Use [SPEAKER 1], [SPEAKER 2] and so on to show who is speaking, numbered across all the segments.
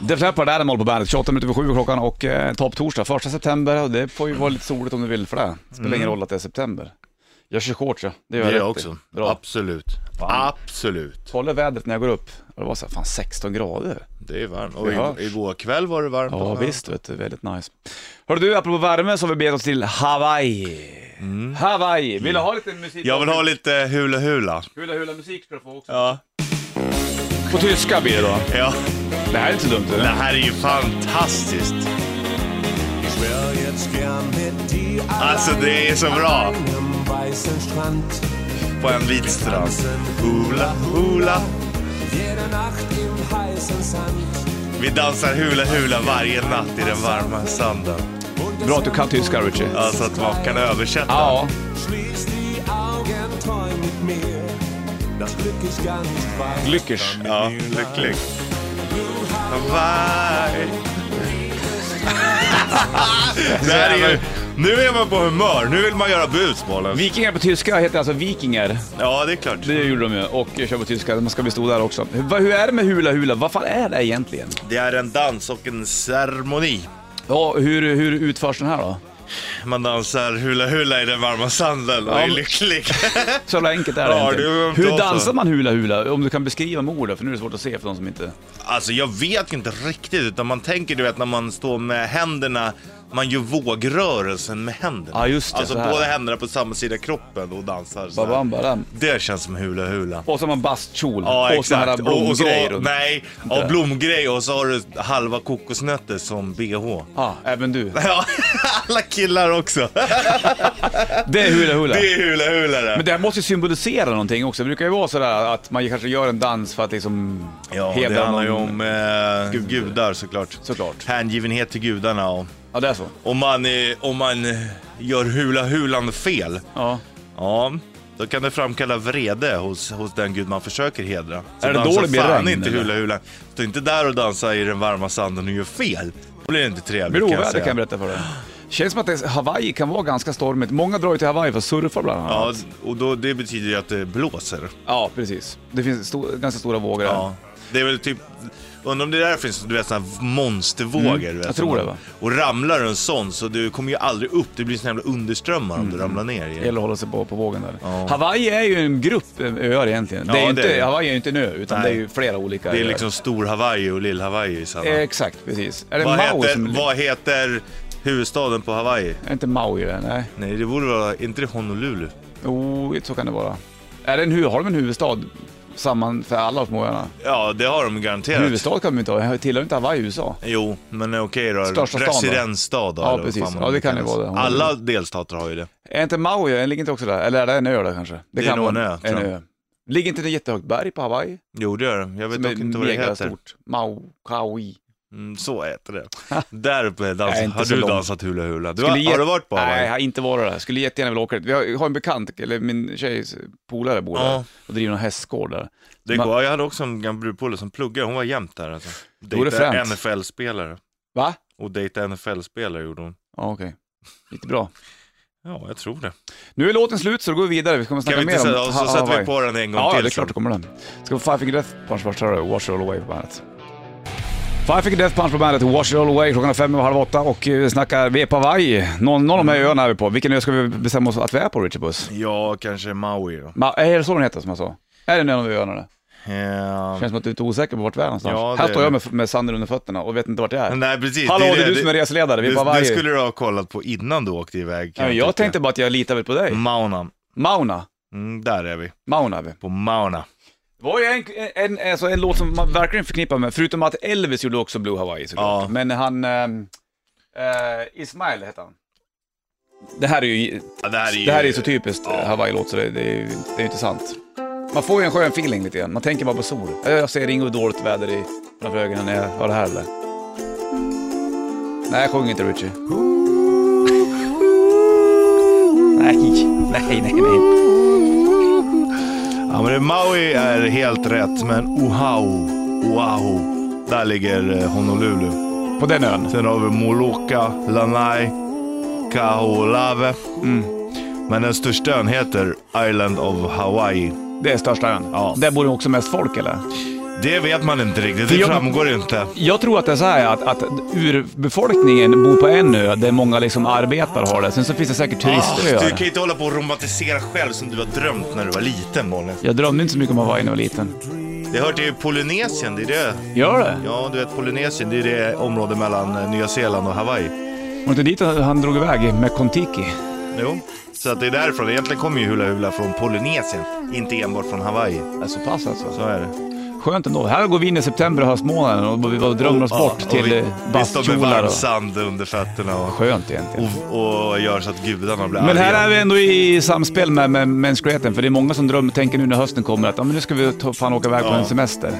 [SPEAKER 1] Det Leppard, Animal på bandet. 28 minuter över 7 klockan och eh, topptorsdag, första september. Det får ju vara lite soligt om du vill för det. Spelar ingen roll att det är september. Jag kör shorts ja, det gör
[SPEAKER 2] Mm. Det
[SPEAKER 1] jag,
[SPEAKER 2] gör
[SPEAKER 1] rätt
[SPEAKER 2] jag
[SPEAKER 1] i.
[SPEAKER 2] också.
[SPEAKER 1] Bra.
[SPEAKER 2] Absolut.
[SPEAKER 1] Fan.
[SPEAKER 2] Absolut.
[SPEAKER 1] Kolla vädret när jag går upp. Och Det var så här, fan 16 grader.
[SPEAKER 2] Det är varmt.
[SPEAKER 1] Det
[SPEAKER 2] Och
[SPEAKER 1] hörs.
[SPEAKER 2] ig- igår kväll var det varmt.
[SPEAKER 1] Ja,
[SPEAKER 2] också.
[SPEAKER 1] visst vet du, väldigt nice. Hörru du, apropå värme så har vi begett oss till Hawaii. Hawaii, vill du ha lite musik?
[SPEAKER 2] Mm. Jag vill ha lite hula hula.
[SPEAKER 1] Hula hula musik ska du få också.
[SPEAKER 2] Ja.
[SPEAKER 1] På tyska blir det då.
[SPEAKER 2] ja.
[SPEAKER 1] Det här är inte så dumt
[SPEAKER 2] Det
[SPEAKER 1] eller?
[SPEAKER 2] här är ju fantastiskt.
[SPEAKER 3] Alltså det är så bra.
[SPEAKER 2] På en vit strand. Hula hula. Vi dansar hula hula varje natt i den varma sanden.
[SPEAKER 1] Bra att du kan tyska Richie.
[SPEAKER 2] Ja, så att man kan översätta.
[SPEAKER 1] Ja, lyckers.
[SPEAKER 2] Ja, lycklig. Hawaii. det här är ju, nu är man på humör, nu vill man göra bus bollen.
[SPEAKER 1] Vikingar på tyska heter alltså vikingar.
[SPEAKER 2] Ja, det är klart.
[SPEAKER 1] Det gjorde de ju och kör på tyska. Man ska bli stor där också. Hur, hur är det med hula hula? Vad fan är det egentligen?
[SPEAKER 2] Det är en dans och en ceremoni.
[SPEAKER 1] Ja, hur, hur utförs den här då?
[SPEAKER 2] Man dansar hula hula i den varma sanden och
[SPEAKER 1] Ja,
[SPEAKER 2] är
[SPEAKER 1] men-
[SPEAKER 2] lycklig.
[SPEAKER 1] Så jävla enkelt är det
[SPEAKER 2] Ja,
[SPEAKER 1] egentligen.
[SPEAKER 2] det är ju
[SPEAKER 1] Hur
[SPEAKER 2] bra
[SPEAKER 1] dansar
[SPEAKER 2] så.
[SPEAKER 1] man hula hula? Om du kan beskriva med ord, för nu är det svårt att se för de som inte...
[SPEAKER 2] Alltså jag vet ju inte riktigt, utan man tänker du vet när man står med händerna, man gör vågrörelsen med händerna.
[SPEAKER 1] Ja, just det,
[SPEAKER 2] alltså
[SPEAKER 1] så här.
[SPEAKER 2] båda händerna på samma sida kroppen och dansar. så här.
[SPEAKER 1] Babam, badam.
[SPEAKER 2] Det känns som hula hula.
[SPEAKER 1] Och så har man bastkjol
[SPEAKER 2] Ja,
[SPEAKER 1] och så här
[SPEAKER 2] exakt. Och- och så-
[SPEAKER 1] blomgrejer. runt.
[SPEAKER 2] Nej, ja, blomgrej och så har du halva kokosnötter som bh.
[SPEAKER 1] Ja, Ah, även du.
[SPEAKER 2] Ja, alla killar också.
[SPEAKER 1] Det är hula hula.
[SPEAKER 2] Det är hula hula
[SPEAKER 1] Men
[SPEAKER 2] det.
[SPEAKER 1] det här måste ju symbolisera någonting också. Det brukar ju vara sådär att man kanske gör en dans för att liksom
[SPEAKER 2] Ja,
[SPEAKER 1] hedra
[SPEAKER 2] det handlar ju
[SPEAKER 1] någon.
[SPEAKER 2] om eh, gudar såklart.
[SPEAKER 1] Såklart.
[SPEAKER 2] Hängivenhet till gudarna och
[SPEAKER 1] Ja, det är så.
[SPEAKER 2] om man, eh, om man eh, gör hula hulan fel,
[SPEAKER 1] Ja.
[SPEAKER 2] ja, då kan det framkalla vrede hos, hos den gud man försöker hedra. Så
[SPEAKER 1] Är det
[SPEAKER 2] dansa
[SPEAKER 1] då det blir
[SPEAKER 2] fan
[SPEAKER 1] regn,
[SPEAKER 2] inte
[SPEAKER 1] eller?
[SPEAKER 2] hula hulan. Stå inte där och dansa i den varma sanden och gör fel. Då blir det inte trevligt
[SPEAKER 1] blir
[SPEAKER 2] jag
[SPEAKER 1] oväder
[SPEAKER 2] säga.
[SPEAKER 1] kan jag berätta för dig. Känns som att det, Hawaii kan vara ganska stormigt. Många drar ju till Hawaii för att surfa bland annat.
[SPEAKER 2] Ja, och då, det betyder ju att det blåser.
[SPEAKER 1] Ja, precis. Det finns sto- ganska stora vågor där.
[SPEAKER 2] Ja. Det är väl typ, undrar om det där finns du vet, såna här monstervågor. du vet,
[SPEAKER 1] Mm, jag
[SPEAKER 2] som
[SPEAKER 1] tror
[SPEAKER 2] man-
[SPEAKER 1] det, va?
[SPEAKER 2] Och ramlar en sån så du kommer ju aldrig upp, det blir såna jävla underströmmar om du
[SPEAKER 1] Mm.
[SPEAKER 2] ramlar ner
[SPEAKER 1] Det
[SPEAKER 2] i.
[SPEAKER 1] gäller att hålla sig på, på vågen där.
[SPEAKER 2] Ja.
[SPEAKER 1] Hawaii är ju en grupp eh, öar egentligen.
[SPEAKER 2] Ja,
[SPEAKER 1] det är ju
[SPEAKER 2] det
[SPEAKER 1] inte,
[SPEAKER 2] är det.
[SPEAKER 1] Hawaii är ju inte en ö, utan
[SPEAKER 2] Nej.
[SPEAKER 1] det är ju flera olika
[SPEAKER 2] Det är
[SPEAKER 1] öar.
[SPEAKER 2] liksom stor-Hawaii och lill-Hawaii i samma.
[SPEAKER 1] Eh, Exakt, precis. Är det
[SPEAKER 2] vad,
[SPEAKER 1] Maui
[SPEAKER 2] heter,
[SPEAKER 1] som...
[SPEAKER 2] vad heter huvudstaden på Hawaii?
[SPEAKER 1] Är inte Maui det? Nej.
[SPEAKER 2] Nej, det borde vara, inte det Honolulu?
[SPEAKER 1] Jo, så kan det vara. Är det en, hu- har de en huvudstad samman för alla småöarna?
[SPEAKER 2] Ja, det har de garanterat.
[SPEAKER 1] Huvudstad kan de inte ha. Tillhör inte Hawaii USA?
[SPEAKER 2] Jo, men okej då.
[SPEAKER 1] Största stan då?
[SPEAKER 2] Presidentstad då?
[SPEAKER 1] Ja,
[SPEAKER 2] eller vad
[SPEAKER 1] precis.
[SPEAKER 2] fan man
[SPEAKER 1] Ja, det kan
[SPEAKER 2] kallas.
[SPEAKER 1] det vara det.
[SPEAKER 2] Alla delstater har ju det.
[SPEAKER 1] Är inte Maui, den ligger inte också där? Eller är det en ö där kanske?
[SPEAKER 2] Det är nog en ö, tror
[SPEAKER 1] en
[SPEAKER 2] jag.
[SPEAKER 1] ö. Ligger inte det ett jättehögt berg på Hawaii?
[SPEAKER 2] Jo, det gör det. Jag vet
[SPEAKER 1] Som
[SPEAKER 2] dock
[SPEAKER 1] är
[SPEAKER 2] inte vad det heter.
[SPEAKER 1] megastort. Mau, Kaui.
[SPEAKER 2] Mm, så heter det. Där uppe dans,
[SPEAKER 1] Nej, inte
[SPEAKER 2] har
[SPEAKER 1] så
[SPEAKER 2] du
[SPEAKER 1] långt.
[SPEAKER 2] dansat hula hula. Du,
[SPEAKER 1] Skulle
[SPEAKER 2] har,
[SPEAKER 1] jätte-
[SPEAKER 2] har du varit på
[SPEAKER 1] Nej, jag
[SPEAKER 2] Hawaii?
[SPEAKER 1] har inte varit där. Skulle jättegärna vilja åka dit. Vi har- Jag har en bekant, eller min tjejs polare bor där
[SPEAKER 2] Ja.
[SPEAKER 1] och driver en hästgård där.
[SPEAKER 2] Det går. Jag hade också en gammal brudpolare som pluggade, hon var jämt där alltså.
[SPEAKER 1] vore
[SPEAKER 2] Dejtade
[SPEAKER 1] fränt.
[SPEAKER 2] NFL-spelare.
[SPEAKER 1] Va?
[SPEAKER 2] Och dejtade NFL-spelare gjorde hon.
[SPEAKER 1] Ja, okej. Lite bra.
[SPEAKER 2] Ja, jag tror det.
[SPEAKER 1] Nu är låten slut så då går vi vidare. Vi kommer
[SPEAKER 2] Kan
[SPEAKER 1] snacka
[SPEAKER 2] vi inte
[SPEAKER 1] mer
[SPEAKER 2] sätta,
[SPEAKER 1] om
[SPEAKER 2] och
[SPEAKER 1] Ha-
[SPEAKER 2] så sätter vi
[SPEAKER 1] Hawaii.
[SPEAKER 2] på den en gång
[SPEAKER 1] Ja,
[SPEAKER 2] till
[SPEAKER 1] det är klart det kommer den. Ska få Five Finger Death Punch först här Wash It All Away på bandet. Five Finger Death Punch på bandet, Wash It All Away. Klockan är fem över halv åtta och eh, vi snackar, vi är på Hawaii. Någon, någon av de här öarna är vi på. Vilken ö ska vi bestämma oss att vi är på, Richard Buss?
[SPEAKER 2] Ja, kanske Maui då.
[SPEAKER 1] Ma- är det så den heter som jag sa? Är det någon av öarna? Det
[SPEAKER 2] Ehm,
[SPEAKER 1] känns som att du är lite osäker på vart vi är någonstans.
[SPEAKER 2] Ja, det
[SPEAKER 1] här
[SPEAKER 2] är
[SPEAKER 1] står
[SPEAKER 2] det.
[SPEAKER 1] jag med, med sanden under fötterna och vet inte vart jag är.
[SPEAKER 2] Nej, precis.
[SPEAKER 1] Hallå, det är,
[SPEAKER 2] det.
[SPEAKER 1] du som är reseledare. Vi är
[SPEAKER 2] det,
[SPEAKER 1] på
[SPEAKER 2] det
[SPEAKER 1] Hawaii.
[SPEAKER 2] skulle Mm. du ha kollat på innan du åkte iväg. kan
[SPEAKER 1] Ja, jag
[SPEAKER 2] tycka.
[SPEAKER 1] tänkte bara att jag litar väl på dig.
[SPEAKER 2] Mm. Mauna.
[SPEAKER 1] Mauna.
[SPEAKER 2] Mm, där är vi.
[SPEAKER 1] Mauna är vi.
[SPEAKER 2] På Mauna.
[SPEAKER 1] Det var ju en, en, en, alltså en låt som man verkligen förknippar med, förutom att Elvis gjorde också Blue Hawaii såklart.
[SPEAKER 2] Ja.
[SPEAKER 1] Men han, ehm, eh, Ismail hette han. Det här är ju,
[SPEAKER 2] Ja, det här är ju...
[SPEAKER 1] det här är ju så typiskt
[SPEAKER 2] Ja.
[SPEAKER 1] Hawaii-låt så det, det är ju det är ju inte sant. Man får ju en skön feeling lite grann, man tänker bara på sol. Eh, Jag ser inget dåligt väder i, framför ögonen när jag hör det här eller? Nej, sjung inte Richie. nej, nej, nej, nej.
[SPEAKER 2] Ja, men det- Maui är helt rätt, men Oahu, Oahu, där ligger eh, Honolulu.
[SPEAKER 1] På den ön.
[SPEAKER 2] Sen har vi Moloka, Lanai, Kaholave.
[SPEAKER 1] Mm.
[SPEAKER 2] Men den största ön heter Island of Hawaii.
[SPEAKER 1] Det är största ön.
[SPEAKER 2] Ja.
[SPEAKER 1] Där bor det också mest folk eller?
[SPEAKER 2] Det vet man inte riktigt,
[SPEAKER 1] För
[SPEAKER 2] det
[SPEAKER 1] jag-
[SPEAKER 2] framgår inte.
[SPEAKER 1] Jag tror att det är så här att, att urbefolkningen bor på en ö där många liksom arbetar har det. Sen så finns det säkert
[SPEAKER 2] Ah, du
[SPEAKER 1] turistöar.
[SPEAKER 2] kan ju inte hålla på och romantisera själv som du har drömt när du var liten, Malin.
[SPEAKER 1] Jag drömde inte så mycket om Hawaii när jag var liten.
[SPEAKER 2] Det hör till Polynesien, det är det.
[SPEAKER 1] Gör det?
[SPEAKER 2] Ja, du vet Polynesien, det är det område mellan eh, Nya Zeeland och Hawaii.
[SPEAKER 1] Var det inte dit han drog iväg med Kontiki?
[SPEAKER 2] Jo, så att det är därifrån. Egentligen kommer ju Hula Hula från Polynesien, inte enbart från Hawaii.
[SPEAKER 1] Ja, Så pass alltså.
[SPEAKER 2] Så är det.
[SPEAKER 1] Skönt ändå. Här går vi in i september och höstmånaden och vi bara drömmer oss
[SPEAKER 2] Ja,
[SPEAKER 1] bort
[SPEAKER 2] och
[SPEAKER 1] till
[SPEAKER 2] vi-
[SPEAKER 1] eh,
[SPEAKER 2] Vi står med
[SPEAKER 1] bastkjolar
[SPEAKER 2] varm
[SPEAKER 1] och...
[SPEAKER 2] sand under fötterna och,
[SPEAKER 1] Skönt egentligen.
[SPEAKER 2] och, och gör så att gudarna blir
[SPEAKER 1] Men här
[SPEAKER 2] arga.
[SPEAKER 1] är vi ändå i samspel med, med mänskligheten, för det är många som drömmer, tänker nu när hösten kommer att ja, men nu ska vi ta, fan åka iväg på
[SPEAKER 2] Ja.
[SPEAKER 1] en semester.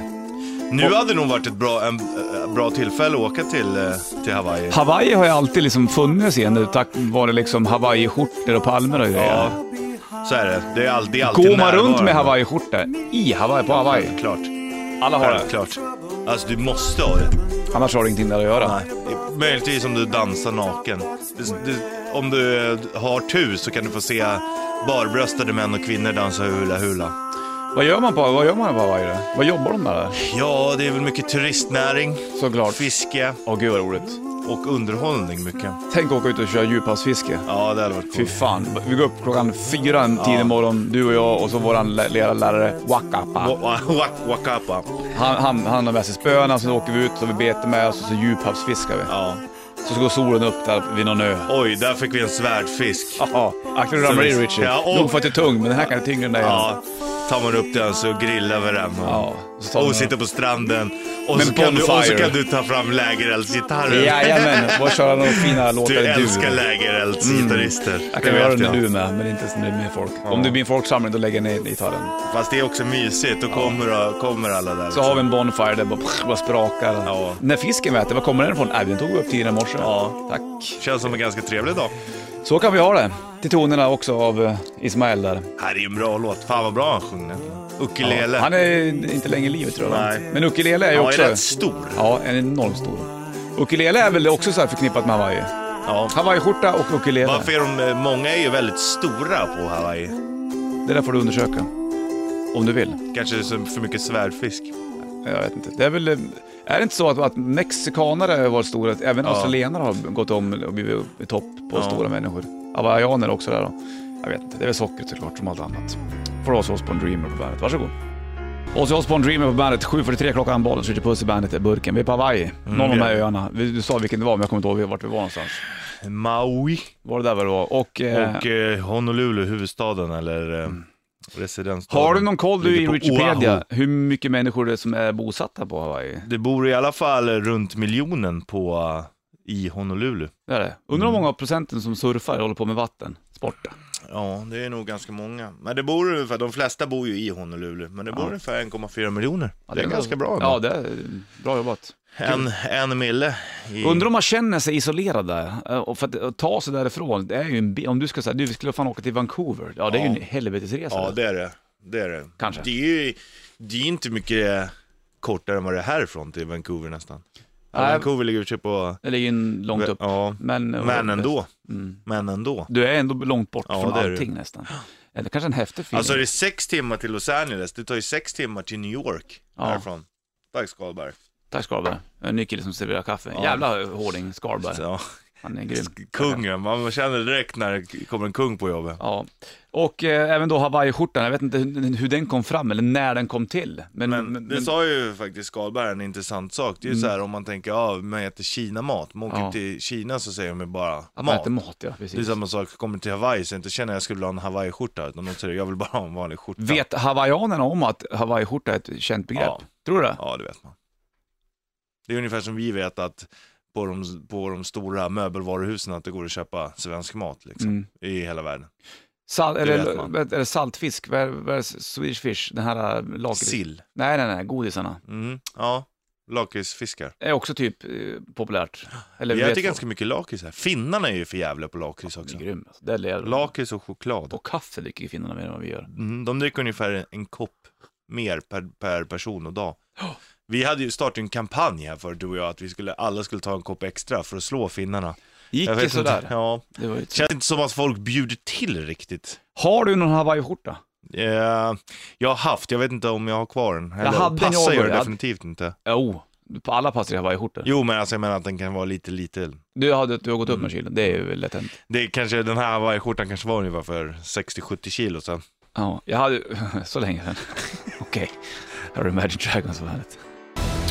[SPEAKER 2] Nu hade det nog varit ett bra, en, eh, bra tillfälle att åka till, eh, till Hawaii.
[SPEAKER 1] Hawaii har ju alltid liksom funnits igen tack vare liksom Hawaii-skjortor och palmer och grejer.
[SPEAKER 2] Ja, så är det. Det är, all, det är alltid
[SPEAKER 1] Går man runt
[SPEAKER 2] närvarande.
[SPEAKER 1] med Hawaii-skjortor i Hawaii, på Hawaii?
[SPEAKER 2] Klart.
[SPEAKER 1] Alla har det.
[SPEAKER 2] Självklart. Alltså du måste ha det.
[SPEAKER 1] Annars har det ingenting där att göra.
[SPEAKER 2] Nej. Möjligtvis om du dansar naken. Du, du, om du eh, har tur så kan du få se barbröstade män och kvinnor dansa hula hula.
[SPEAKER 1] Vad gör man på vad gör man på Hawaii då? Vad jobbar de med där?
[SPEAKER 2] Ja, det är väl mycket turistnäring,
[SPEAKER 1] Såklart.
[SPEAKER 2] fiske
[SPEAKER 1] Åh gud vad roligt.
[SPEAKER 2] och underhållning mycket.
[SPEAKER 1] Tänk åka ut och köra djuphavsfiske.
[SPEAKER 2] Ja, det hade varit
[SPEAKER 1] Fy
[SPEAKER 2] coolt.
[SPEAKER 1] fan, vi går upp klockan fyra en tidig morgon, du och jag och så våran lä- lä- lärare Wakapa.
[SPEAKER 2] Wa- wa- Wakapa.
[SPEAKER 1] Han, han, han har med sig spöna, sen åker vi ut och vi beter med oss och så djuphavsfiskar vi.
[SPEAKER 2] Ja.
[SPEAKER 1] Så går solen upp där vid någon ö.
[SPEAKER 2] Oj, där fick vi en svärdfisk.
[SPEAKER 1] Ja, akta du ramlar i Richie.
[SPEAKER 2] Ja, och-
[SPEAKER 1] Nog för att du är tung, men den här kan jag tyngre än dig.
[SPEAKER 2] Ja, tar man upp den så grillar vi den.
[SPEAKER 1] Ja, så tar
[SPEAKER 2] Och
[SPEAKER 1] man-
[SPEAKER 2] sitter på stranden. Och
[SPEAKER 1] Men
[SPEAKER 2] så, kan du, och så
[SPEAKER 1] bonfire.
[SPEAKER 2] kan du ta fram lägereldsgitarren.
[SPEAKER 1] Jajamän, och köra några fina låtar
[SPEAKER 2] Du
[SPEAKER 1] i Mm.
[SPEAKER 2] älskar lägereldsgitarrister.
[SPEAKER 1] Jag
[SPEAKER 2] Det
[SPEAKER 1] kan
[SPEAKER 2] vet
[SPEAKER 1] göra det
[SPEAKER 2] jag.
[SPEAKER 1] när du är med, men inte när det är med folk. Om det blir en folksamling, då lägger jag ner gitarren.
[SPEAKER 2] Fast det är också mysigt. Då kommer, kommer alla där.
[SPEAKER 1] Så har vi en bonfire där bara, bara sprakar.
[SPEAKER 2] Ja.
[SPEAKER 1] När fisken väter, var kommer den ifrån? Äh, den tog vi upp tidigare i morse.
[SPEAKER 2] Ja.
[SPEAKER 1] Tack.
[SPEAKER 2] Känns som en ganska trevlig dag.
[SPEAKER 1] Så kan vi ha det. Till tonerna också av eh, Ismael där.
[SPEAKER 2] Här är ju en bra låt. Fan vad bra han sjunger. den. Ukulele.
[SPEAKER 1] Han är inte längre i livet tror jag.
[SPEAKER 2] Nej.
[SPEAKER 1] Men ukulele är ju
[SPEAKER 2] Ja,
[SPEAKER 1] också...
[SPEAKER 2] är rätt stor.
[SPEAKER 1] Ja, en enormt stor. Ukulele är väl också så här förknippat med Hawaii?
[SPEAKER 2] Ja.
[SPEAKER 1] Hawaii-skjorta och ukulele.
[SPEAKER 2] Varför är de, många är ju väldigt stora på Hawaii.
[SPEAKER 1] Det där får du undersöka. Om du vill.
[SPEAKER 2] Kanske det är så- för mycket svärdfisk.
[SPEAKER 1] Jag vet inte. Det är väl... eh, Är det inte så att, att mexikanare har varit stora? Att Även australienare har gått om och blivit i topp på
[SPEAKER 2] Ja.
[SPEAKER 1] stora människor. Hawaiianer också där då. Jag vet inte. Det är väl sockret såklart som allt annat. Får du ha oss på en Dreamer på bandet. Varsågod. Ozzy Osbourne Dreamer på bandet, 7.43 klockan, bollen skjuter puss i bandet, är burken. Vi är på Hawaii, någon av de här öarna. Vi- Du sa vilken det var, men jag kommer inte ihåg vart vi var någonstans.
[SPEAKER 2] Maui.
[SPEAKER 1] Var det där vad det var? Och, eh, Mm.
[SPEAKER 2] Och eh, Honolulu, huvudstaden eller eh, residensstaden.
[SPEAKER 1] har du någon koll du i
[SPEAKER 2] Ligger på
[SPEAKER 1] Wikipedia,
[SPEAKER 2] Oahu.
[SPEAKER 1] hur mycket människor det är som är bosatta på Hawaii?
[SPEAKER 2] Det bor i alla fall runt miljonen på, eh, i Honolulu.
[SPEAKER 1] Det är det. Undrar hur många procenten som surfar och håller på med vatten, sport.
[SPEAKER 2] Ja, Mm. det är nog ganska många. Men det bor ungefär, de flesta bor ju i Honolulu, men det bor ungefär 1,4 miljoner. det, är ganska bra.
[SPEAKER 1] Ja,
[SPEAKER 2] Ja,
[SPEAKER 1] det är bra jobbat.
[SPEAKER 2] en, en mille. I...
[SPEAKER 1] Undrar om man känner sig isolerad där, eh, och för att eh, ta sig därifrån, det är ju en, bi- om du ska säga, du vi skulle fan åka till Vancouver, ja det är ju en
[SPEAKER 2] Ja.
[SPEAKER 1] helvetesresa.
[SPEAKER 2] Ja, det är det. Det är det.
[SPEAKER 1] Kanske.
[SPEAKER 2] Det är ju det är ju inte mycket kortare än vad det är härifrån till Vancouver nästan. Ja,
[SPEAKER 1] Nej.
[SPEAKER 2] Vancouver ligger i och för sig på...
[SPEAKER 1] Det ligger ju långt upp.
[SPEAKER 2] Ja,
[SPEAKER 1] Men,
[SPEAKER 2] men ändå.
[SPEAKER 1] Mm.
[SPEAKER 2] Men ändå.
[SPEAKER 1] Du är ändå långt bort
[SPEAKER 2] Ja,
[SPEAKER 1] från
[SPEAKER 2] det är du.
[SPEAKER 1] allting nästan. Eller kanske en häftig film.
[SPEAKER 2] Alltså det är sex timmar till Los Angeles, det tar ju sex timmar till New York
[SPEAKER 1] Ja.
[SPEAKER 2] härifrån. Tack Skalberg.
[SPEAKER 1] Tack Skalberg. En ny kille som serverar kaffe.
[SPEAKER 2] Ja.
[SPEAKER 1] Jävla hårding Skalberg.
[SPEAKER 2] Ja.
[SPEAKER 1] Han är grym.
[SPEAKER 2] Kungen, man känner direkt när det kommer en kung på jobbet.
[SPEAKER 1] Ja. Och eh, även då Hawaii-skjortan, jag vet inte hur, hur den kom fram eller när den kom till. Men, Mm.
[SPEAKER 2] Men, det sa ju faktiskt Skalberg en intressant sak. Det är ju så här om man tänker, ja man äter Kina-mat. Man åker
[SPEAKER 1] Ja.
[SPEAKER 2] till Kina så säger de ju bara
[SPEAKER 1] att man
[SPEAKER 2] mat.
[SPEAKER 1] äter mat, ja
[SPEAKER 2] Det är
[SPEAKER 1] precis.
[SPEAKER 2] samma sak, kommer till Hawaii så jag inte känner att jag skulle ha en Hawaii-skjorta. Utan de säger, jag vill bara ha en vanlig skjorta.
[SPEAKER 1] Vet hawaiianerna om att hawaii-skjorta är ett känt begrepp?
[SPEAKER 2] Ja.
[SPEAKER 1] Tror du det?
[SPEAKER 2] Ja, det vet man. Det är ungefär som vi vet att på de, på de stora möbelvaruhusen att det går att köpa svensk mat liksom,
[SPEAKER 1] Mm.
[SPEAKER 2] i hela världen.
[SPEAKER 1] Sal,
[SPEAKER 2] Det
[SPEAKER 1] eller,
[SPEAKER 2] vet man.
[SPEAKER 1] är det saltfisk? Vad är, vad är det? Swedish fish? Den här äh, lakrits...
[SPEAKER 2] Sill.
[SPEAKER 1] Nej, nej, nej, godisarna.
[SPEAKER 2] Mm. Ja, lakritsfiskar.
[SPEAKER 1] Är också typ eh, populärt. Eller
[SPEAKER 2] Vi
[SPEAKER 1] vet
[SPEAKER 2] äter
[SPEAKER 1] folk.
[SPEAKER 2] ganska mycket lakrits här. Finnarna är ju för jävla på lakrits
[SPEAKER 1] Det
[SPEAKER 2] också.
[SPEAKER 1] är grym. Alltså. Det lever de.
[SPEAKER 2] Lakrits och choklad.
[SPEAKER 1] Och kaffe dricker ju finnarna mer än vad vi gör.
[SPEAKER 2] Mm, de dricker ungefär en kopp mer per, per person och dag. Vi hade ju startat en kampanj här för du och jag, att vi skulle, alla skulle ta en kopp extra för att slå finnarna.
[SPEAKER 1] Gick det
[SPEAKER 2] Jag vet inte-
[SPEAKER 1] sådär?
[SPEAKER 2] Ja.
[SPEAKER 1] Det var ju
[SPEAKER 2] Känns inte som att folk bjuder till riktigt.
[SPEAKER 1] Har du någon hawaii-skjorta?
[SPEAKER 2] Eh, jag har haft, jag vet inte om jag har kvar den. Eller,
[SPEAKER 1] hade en
[SPEAKER 2] passar
[SPEAKER 1] jag
[SPEAKER 2] gör det
[SPEAKER 1] började.
[SPEAKER 2] definitivt inte.
[SPEAKER 1] Jo, på alla pass i hawaiiskjortor.
[SPEAKER 2] Jo, men alltså jag menar att den kan vara lite liten.
[SPEAKER 1] Du har, du har gått upp med kilon, det är ju lätt hänt.
[SPEAKER 2] Det är kanske, den här hawaiiskjortan kanske var ungefär för 60-70 kilo sen.
[SPEAKER 1] Ja, jag hade så länge sedan. Okej, här har du Imagine Dragons på bandet.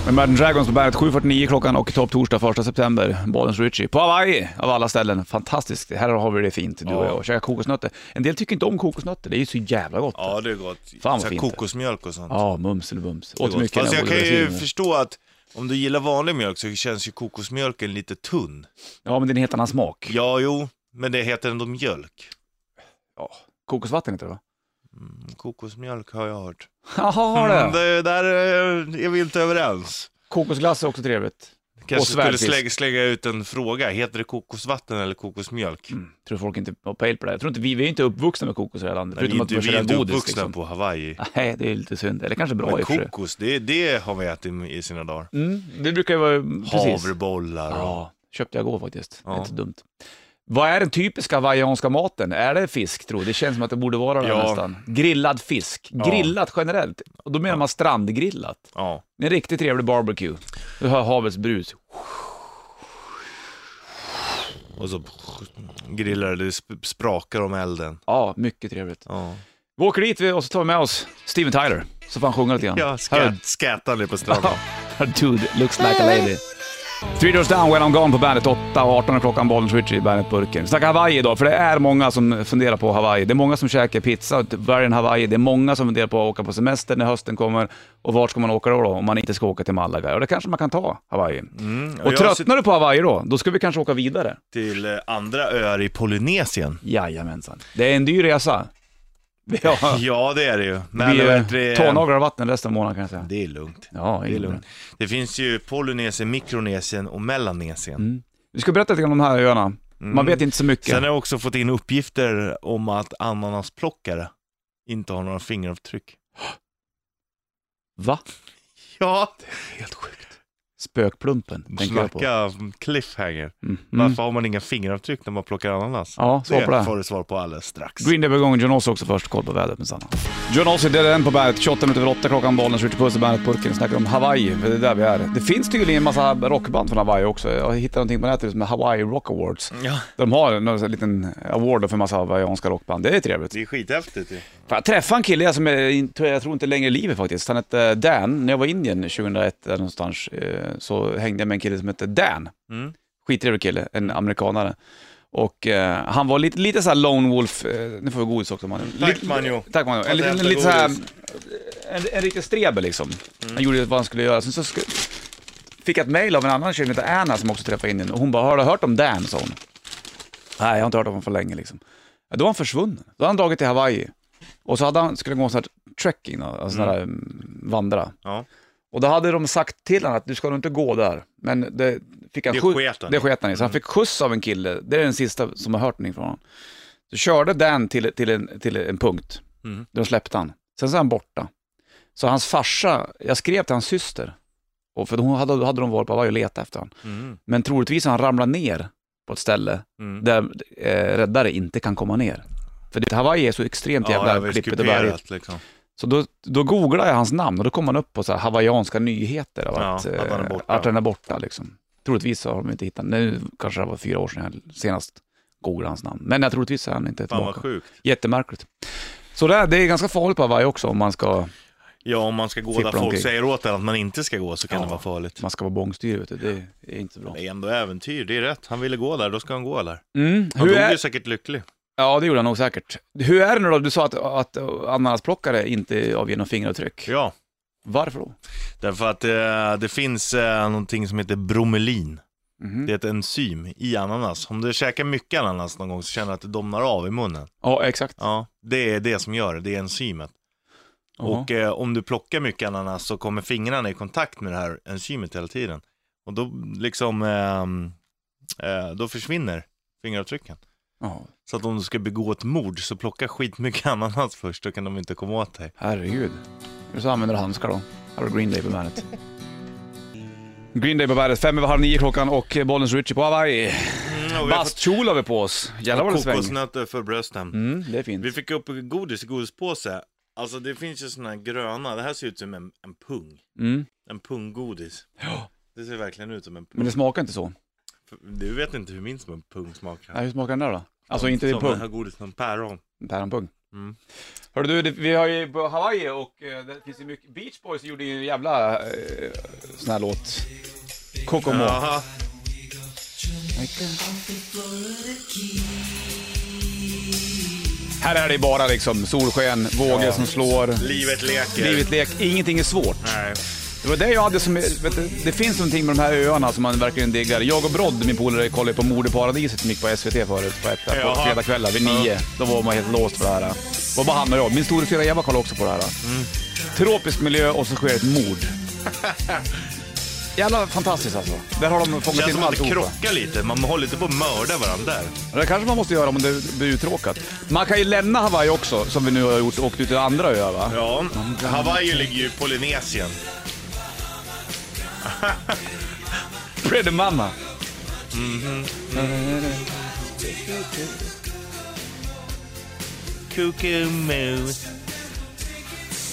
[SPEAKER 1] Imagine Dragons på bandet 7.49 klockan och topp torsdag 1 september. Badens Ritchie på Hawaii av alla ställen. Fantastiskt, här har vi det fint du och
[SPEAKER 2] Ja.
[SPEAKER 1] jag. Käka kokosnötter. En del tycker inte om kokosnötter, det är ju så jävla gott.
[SPEAKER 2] Ja, det är gott.
[SPEAKER 1] vad
[SPEAKER 2] Så här
[SPEAKER 1] fint det.
[SPEAKER 2] kokosmjölk och sånt.
[SPEAKER 1] Ja, mums eller bums.
[SPEAKER 2] Det är
[SPEAKER 1] Åt
[SPEAKER 2] gott.
[SPEAKER 1] mycket
[SPEAKER 2] Fast
[SPEAKER 1] när
[SPEAKER 2] jag kan
[SPEAKER 1] bodde i
[SPEAKER 2] ju
[SPEAKER 1] Brasilien.
[SPEAKER 2] förstå att om du gillar vanlig mjölk så känns ju kokosmjölken lite tunn.
[SPEAKER 1] Ja, men det är en helt annan smak.
[SPEAKER 2] Ja, jo, men det heter ändå mjölk.
[SPEAKER 1] Ja. Kokosvatten heter det va?
[SPEAKER 2] Mm, Kokosmjölk har jag hört.
[SPEAKER 1] Jaha
[SPEAKER 2] Mm,
[SPEAKER 1] det!
[SPEAKER 2] det, där eh, är vi inte överens.
[SPEAKER 1] Kokosglass är också trevligt.
[SPEAKER 2] Kanske skulle
[SPEAKER 1] svärdfisk.
[SPEAKER 2] slänga, slänga ut en fråga. Heter det kokosvatten eller kokosmjölk?
[SPEAKER 1] Mm. Tror folk inte har pejl på det. Jag tror inte, vi, vi är inte uppvuxna med kokos i det här landet.
[SPEAKER 2] Nej, vi är
[SPEAKER 1] förutom
[SPEAKER 2] inte,
[SPEAKER 1] att
[SPEAKER 2] vi är
[SPEAKER 1] vi
[SPEAKER 2] inte
[SPEAKER 1] käkar godis.
[SPEAKER 2] uppvuxna
[SPEAKER 1] Liksom.
[SPEAKER 2] på Hawaii.
[SPEAKER 1] Nej, det är lite synd. Eller kanske bra i
[SPEAKER 2] Men
[SPEAKER 1] och för sig.
[SPEAKER 2] kokos, det, det har vi ätit i sina dagar.
[SPEAKER 1] Mm, det brukar ju vara... Precis.
[SPEAKER 2] Havrebollar och...
[SPEAKER 1] Ja, köpte jag igår faktiskt. Det är
[SPEAKER 2] Ja.
[SPEAKER 1] inte dumt. Vad är den typiska hawaiianska maten? Är det fisk tror du? Det känns som att det borde vara det
[SPEAKER 2] Ja.
[SPEAKER 1] nästan. Grillad fisk.
[SPEAKER 2] Ja.
[SPEAKER 1] Grillat generellt. Och då menar man strandgrillat.
[SPEAKER 2] Ja.
[SPEAKER 1] En riktigt trevlig barbecue. Du hör havets brus.
[SPEAKER 2] Och så grillar det, sp- sprakar om elden.
[SPEAKER 1] Ja, mycket trevligt.
[SPEAKER 2] Ja,
[SPEAKER 1] Vi åker dit vi- och så tar vi med oss Steven Tyler, så får han sjunga lite grann.
[SPEAKER 2] ja
[SPEAKER 1] Här-
[SPEAKER 2] skät, skätande på stranden.
[SPEAKER 1] Her dude looks like a lady. Three Doors Down, When I'm Gone på bandet 8 och 18 klockan, Bollen Switch i bandet-burken. Vi snackar Hawaii idag, för det är många som funderar på Hawaii. Det är många som käkar pizza, vargen Hawaii. Det är många som funderar på att åka på semester när hösten kommer. Och vart ska man åka då, då om man inte ska åka till Malaga? Och det kanske man kan ta, Hawaii.
[SPEAKER 2] Mm,
[SPEAKER 1] Och
[SPEAKER 2] jag
[SPEAKER 1] tröttnar du på Hawaii då, då ska vi kanske åka vidare.
[SPEAKER 2] till eh, andra öar i Polynesien.
[SPEAKER 1] Jajamensan. Det är en dyr resa. Ja.
[SPEAKER 2] Ja, det är det ju.
[SPEAKER 1] Det
[SPEAKER 2] Men
[SPEAKER 1] blir
[SPEAKER 2] vet du,
[SPEAKER 1] eh, tånaglar och vatten resten av månaden kan jag säga.
[SPEAKER 2] Det är lugnt.
[SPEAKER 1] Ja,
[SPEAKER 2] Det är lugnt. Det finns ju Polynesien, Mikronesien och Melanesien.
[SPEAKER 1] Mm. Vi ska berätta lite grann om de här öarna. Man vet inte så mycket.
[SPEAKER 2] Mm. Sen har jag också fått in uppgifter om att ananasplockare inte har några fingeravtryck.
[SPEAKER 1] Va?
[SPEAKER 2] Ja,
[SPEAKER 1] Helt sjukt. Spökplumpen, tänker jag på.
[SPEAKER 2] snacka cliffhanger.
[SPEAKER 1] Mm. Mm.
[SPEAKER 2] Varför har man inga fingeravtryck när man plockar ananas?
[SPEAKER 1] Ja, svar på det.
[SPEAKER 2] Det
[SPEAKER 1] här.
[SPEAKER 2] får du svar på alldeles strax.
[SPEAKER 1] Green Day begång, John Ossie också först, koll på vädret med Sanna. John Ossie, Dead End på bandet, 28 minuter över 8 klockan, bollen skjuter puss i bandet-burken, snackar om Hawaii, för det är där vi är. Det finns tydligen en massa rockband från Hawaii också. Jag hittade någonting på nätet som är Hawaii Rock Awards.
[SPEAKER 2] Ja,
[SPEAKER 1] De har någon sån här liten award för en massa hawaiianska rockband. Det är trevligt.
[SPEAKER 2] det är skithäftigt ju.
[SPEAKER 1] Fan, Jag träffade en kille som är, in- tror- jag tror inte är längre i livet faktiskt. Han hette eh, Dan. När jag var i Indien 2001 eller någonstans eh, så hängde jag med en kille som hette Dan.
[SPEAKER 2] Mm.
[SPEAKER 1] Skittrevlig kille, en amerikanare. Och eh, han var lite, lite såhär Lone Wolf, eh, nu får vi godis också man.
[SPEAKER 2] Tack,
[SPEAKER 1] Lite-
[SPEAKER 2] Manjo.
[SPEAKER 1] Tack Manjo. En,
[SPEAKER 2] Att
[SPEAKER 1] liten-
[SPEAKER 2] äta
[SPEAKER 1] lite såhär,
[SPEAKER 2] godis.
[SPEAKER 1] en, en riktig streber liksom. Han gjorde vad han skulle göra. Sen så sk- fick jag ett mail av en annan tjej som heter Anna som också träffade Indien. Och hon bara, har du hört om Dan? sa hon. Nej, jag har inte hört om honom för länge liksom. Ja, Då var han försvunnen. Då hade han dragit till Hawaii. Och så hade han, skulle han gå en sån här trekking, alltså sån här, mm. vandra.
[SPEAKER 2] Ja.
[SPEAKER 1] Och då hade de sagt till honom att du ska nog inte gå där. Men det fick han
[SPEAKER 2] Det
[SPEAKER 1] skju-
[SPEAKER 2] sket han i. Mm.
[SPEAKER 1] det sket han i. Så han fick skjuts av en kille, det är den sista som har hört någonting från honom. Så körde Dan till, till, en, till en punkt,
[SPEAKER 2] Mm.
[SPEAKER 1] då släppte han. Sen så är han borta. Så hans farsa, jag skrev till hans syster, och för hon hade, hade de varit på Hawaii och letat efter honom.
[SPEAKER 2] Mm.
[SPEAKER 1] Men troligtvis har han ramlat ner på ett ställe
[SPEAKER 2] Mm.
[SPEAKER 1] där eh, räddare inte kan komva ner. För det, Hawaii är så extremt
[SPEAKER 2] Ja, jag
[SPEAKER 1] jävla
[SPEAKER 2] vet,
[SPEAKER 1] klippigt och bergigt.
[SPEAKER 2] kuperat, liksom.
[SPEAKER 1] Så då, då googlade jag hans namn och då kom han upp på så här hawaiianska nyheter av
[SPEAKER 2] Ja,
[SPEAKER 1] att,
[SPEAKER 2] att
[SPEAKER 1] eh,
[SPEAKER 2] han är borta.
[SPEAKER 1] att han är borta. Liksom. Troligtvis så har de inte hittat honom. Nu kanske det var fyra år sedan jag senast googlade hans namn. Men jag troligtvis är han inte
[SPEAKER 2] Fan vad
[SPEAKER 1] tillbaka.
[SPEAKER 2] sjukt.
[SPEAKER 1] Jättemärkligt. Så det, det är ganska farligt på Hawaii också om man ska,
[SPEAKER 2] Ja, om man ska gå
[SPEAKER 1] Fippla
[SPEAKER 2] där folk
[SPEAKER 1] omkring.
[SPEAKER 2] säger åt en att man inte ska gå så kan
[SPEAKER 1] Ja.
[SPEAKER 2] det vara farligt.
[SPEAKER 1] man ska vara bångstyrig. vet du. Det är inte så bra.
[SPEAKER 2] Det är ändå äventyr, det är rätt. Han ville gå där, då ska han gå där.
[SPEAKER 1] Mm.
[SPEAKER 2] Han
[SPEAKER 1] Hur
[SPEAKER 2] dog
[SPEAKER 1] är,
[SPEAKER 2] ju säkert lycklig.
[SPEAKER 1] ja, det gjorde han nog säkert. Hur är det nu då? Du sa att, att ananasplockare inte avger några fingeravtryck.
[SPEAKER 2] Ja,
[SPEAKER 1] Varför då?
[SPEAKER 2] därför att eh, det finns eh, någonting som heter bromelin.
[SPEAKER 1] Mhm.
[SPEAKER 2] Det är ett enzym i ananas. Om du käkar mycket ananas någon gång så känner du att det domnar av i munnen.
[SPEAKER 1] Ja, exakt.
[SPEAKER 2] Ja, det är det som gör det, det är enzymet.
[SPEAKER 1] Jaha.
[SPEAKER 2] Och eh, om du plockar mycket ananas så kommer fingrarna i kontakt med det här enzymet hela tiden. Och då liksom, ehm, eh, då försvinner fingeravtrycken.
[SPEAKER 1] Ja,
[SPEAKER 2] Så att om du ska begå ett mord så plocka skitmycket ananas först, då kan de inte komma åt dig.
[SPEAKER 1] Herregud. Hur så använder du handskar då? Här har du Green Day på bandet. Green Day på bandet, fem över halv nio klockan och Bollens Ritchie på Hawaii.
[SPEAKER 2] Mm, och vi har fått
[SPEAKER 1] Bastkjol har vi på oss. Jävlar vad det sväng.
[SPEAKER 2] kokosnötter för brösten.
[SPEAKER 1] Mm, det är fint.
[SPEAKER 2] Vi fick upp godis i godispåse Alltså det finns ju såna här gröna, det här ser ut som en, en pung.
[SPEAKER 1] Mm.
[SPEAKER 2] En punggodis.
[SPEAKER 1] Ja.
[SPEAKER 2] Det ser verkligen ut som en
[SPEAKER 1] Men
[SPEAKER 2] pung.
[SPEAKER 1] det smakar inte så.
[SPEAKER 2] Du vet inte hur min som pung smakar.
[SPEAKER 1] Nej, hur smakar den där då? Alltså inte din
[SPEAKER 2] Som den
[SPEAKER 1] pung.
[SPEAKER 2] här godiset, som päron.
[SPEAKER 1] Päronpung.
[SPEAKER 2] Mm.
[SPEAKER 1] Hörru du, det, vi har ju på Hawaii och eh, det finns ju mycket... Beach Boys gjorde ju en jävla eh, sån här låt. Kokomo.
[SPEAKER 2] Jaha.
[SPEAKER 1] Här är det bara liksom solsken, vågor som slår,
[SPEAKER 2] Livet leker.
[SPEAKER 1] livet lek. Ingenting är svårt.
[SPEAKER 2] Nej.
[SPEAKER 1] Det var det jag hade som... Vet du, det finns någonting med de här öarna som man verkligen diggar. Jag och Brodd, min polare, kollade på Modeparadiset som gick på SVT förut på, ett, på
[SPEAKER 2] Jaha.
[SPEAKER 1] fredagskvällar vid nio. Då var man helt låst på det här. Var bara han och jag. Min storasyrra Eva kollade också på det här. Tropisk miljö och så sker ett mord. Jävla fantastiskt alltså. Där har de
[SPEAKER 2] Det
[SPEAKER 1] fångat
[SPEAKER 2] känns
[SPEAKER 1] in
[SPEAKER 2] som att det
[SPEAKER 1] alltihopa.
[SPEAKER 2] krockar lite, man håller inte på att mörda varandra där.
[SPEAKER 1] Det kanske man måste göra om det blir uttråkat. Man kan ju lämna Hawaii också, som vi nu har gjort, och åkt ut till andra öar va?
[SPEAKER 2] Ja, Hawaii ligger ju i Polynesien.
[SPEAKER 1] Pretty Mama.
[SPEAKER 2] Kukumu.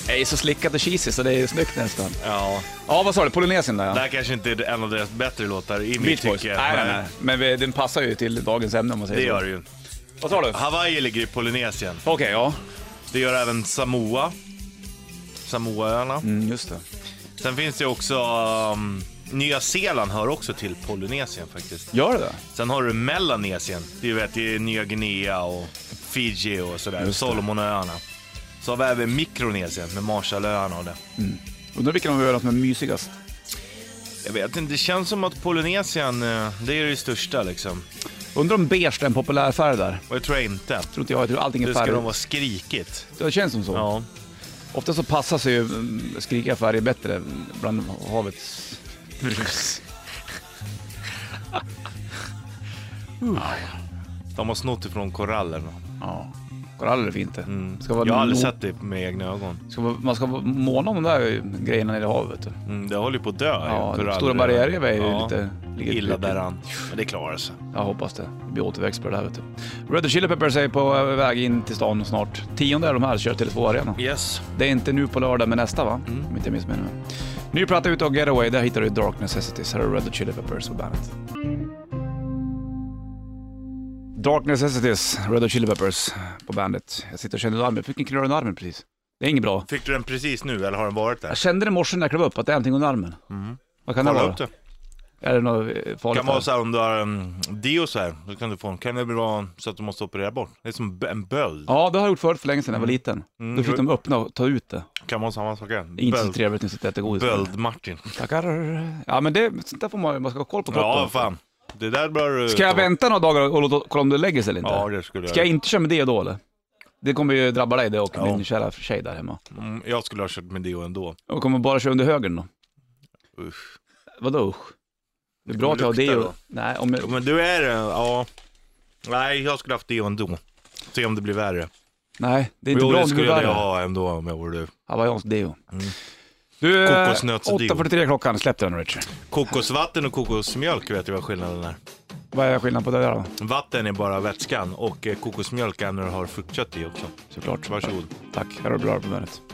[SPEAKER 1] Jag är så slickat och cheesy så det är snyggt nästan.
[SPEAKER 2] Ja,
[SPEAKER 1] Ja, vad sa du? Polynesien där ja.
[SPEAKER 2] det här kanske inte är en av deras bättre låtar i mitt
[SPEAKER 1] Beach Boys.
[SPEAKER 2] tycke.
[SPEAKER 1] Nej, nej, nej. Men vi, den passar ju till dagens ämne om man säger
[SPEAKER 2] Det
[SPEAKER 1] så.
[SPEAKER 2] gör det ju.
[SPEAKER 1] Vad sa du? Okej,
[SPEAKER 2] Hawaii ligger i Polynesien.
[SPEAKER 1] ja.
[SPEAKER 2] Det gör även Samoa. Samoaöarna.
[SPEAKER 1] Mm, just det.
[SPEAKER 2] Sen finns det också... Um, Nya Zeeland hör också till Polynesien faktiskt.
[SPEAKER 1] Gör det det?
[SPEAKER 2] Sen har du Melanesien. Du vet, det är Nya Guinea och Fiji och sådär.
[SPEAKER 1] Just det.
[SPEAKER 2] Solomonöarna. Så har vi även Mikronesien med Marshallöarna och det.
[SPEAKER 1] Undrar vilken av öarna som är mysigast?
[SPEAKER 2] Jag vet inte, det känns som att Polynesien, eh, det är det största liksom.
[SPEAKER 1] Undrar om beige är en populär färg där?
[SPEAKER 2] Och jag tror jag inte.
[SPEAKER 1] Tror inte jag. Jag tror allting är
[SPEAKER 2] Det ska
[SPEAKER 1] färg.
[SPEAKER 2] de vara skrikigt.
[SPEAKER 1] Det känns som så.
[SPEAKER 2] Ja.
[SPEAKER 1] Ofta så passar sig ju mm, skrikiga färger bättre bland havets brus.
[SPEAKER 2] De har snott ifrån korallerna.
[SPEAKER 1] Ja. Koraller är fint det.
[SPEAKER 2] Mm.
[SPEAKER 1] Ska vara
[SPEAKER 2] jag har aldrig
[SPEAKER 1] no-
[SPEAKER 2] sett det med egna ögon.
[SPEAKER 1] Ska vara, man ska vara måna om de där grejerna nere i havet. du.
[SPEAKER 2] Mm, det håller ju på att dö.
[SPEAKER 1] Ja,
[SPEAKER 2] koraller.
[SPEAKER 1] Stora barriärrev är ju
[SPEAKER 2] Ja,
[SPEAKER 1] lite... ligger
[SPEAKER 2] Illa
[SPEAKER 1] lite-
[SPEAKER 2] däran. Men det klarar sig.
[SPEAKER 1] Jag hoppas det. Det blir återväxt på det där vet du. Red Hot Chili Peppers är på väg in till stan snart. Tionde är de här, kör till två arena.
[SPEAKER 2] Yes.
[SPEAKER 1] Det är inte nu på lördag, men nästa va?
[SPEAKER 2] Mm.
[SPEAKER 1] Om inte jag missminner mig. Ny platta utav Getaway, där hittar du Dark Necessities. Här är Red Hot Chili Peppers på bandet. Dark Necessities, Red Hot Chili Peppers på bandet. Jag sitter och känner armen. Jag fick en knull under armen precis. Det är inget bra.
[SPEAKER 2] Fick du den precis nu eller har den varit där?
[SPEAKER 1] Jag kände det i morse när jag klev upp, att det är någonting under armen. Vad kan det
[SPEAKER 2] Mm. Kolla
[SPEAKER 1] vara?
[SPEAKER 2] upp det.
[SPEAKER 1] Är det något eh, farligt?
[SPEAKER 2] kan vara
[SPEAKER 1] där?
[SPEAKER 2] så här om du har um, dio så här, då kan du få en. Kan det vara så att du måste operera bort? Det är som b- en böld.
[SPEAKER 1] Ja, det har jag gjort förut för länge sedan när jag var liten.
[SPEAKER 2] Mm.
[SPEAKER 1] Då fick de öppna och ta ut det.
[SPEAKER 2] Kan vara samma sak här.
[SPEAKER 1] Inte så
[SPEAKER 2] Böld.
[SPEAKER 1] trevligt när du sitter och äter godis.
[SPEAKER 2] Böld-Martin.
[SPEAKER 1] Tackar. Ja men det, sånt där får man, man ska ha koll på kroppen.
[SPEAKER 2] Ja, fan. Det där bör du...
[SPEAKER 1] Ska jag vänta några dagar och låta- kolla om du lägger sig eller inte?
[SPEAKER 2] Ja, det skulle jag
[SPEAKER 1] Ska jag inte köra med det då eller? Det kommer ju drabba dig det och
[SPEAKER 2] Ja.
[SPEAKER 1] din kära tjej där hemma.
[SPEAKER 2] Mm, jag skulle ha kört med det ändå.
[SPEAKER 1] Och kommer bara köra under högern då?
[SPEAKER 2] Usch.
[SPEAKER 1] Vadå usch? Det är bra att jag har
[SPEAKER 2] lukta
[SPEAKER 1] det och...
[SPEAKER 2] då.
[SPEAKER 1] Nej, om jag...
[SPEAKER 2] Ja, Men du är
[SPEAKER 1] eh,
[SPEAKER 2] det, ja. Nej, jag skulle haft det ändå. Se om det blir värre.
[SPEAKER 1] Nej, det är inte
[SPEAKER 2] Jo,
[SPEAKER 1] bra
[SPEAKER 2] det
[SPEAKER 1] om det blir
[SPEAKER 2] skulle
[SPEAKER 1] värre.
[SPEAKER 2] jag ha Mm. ändå om jag vore du.
[SPEAKER 1] Hawaiiansk deo. Du, eh,
[SPEAKER 2] Kokosnötsdeo.
[SPEAKER 1] 8.43 klockan, släpp den Richard.
[SPEAKER 2] Kokosvatten och kokosmjölk vet du vad skillnaden är.
[SPEAKER 1] Vad är skillnaden på det där då?
[SPEAKER 2] Vatten är bara vätskan och eh, kokosmjölk är när du har fruktkött i också.
[SPEAKER 1] Såklart.
[SPEAKER 2] Varsågod.
[SPEAKER 1] Tack, här har du bra på bandet.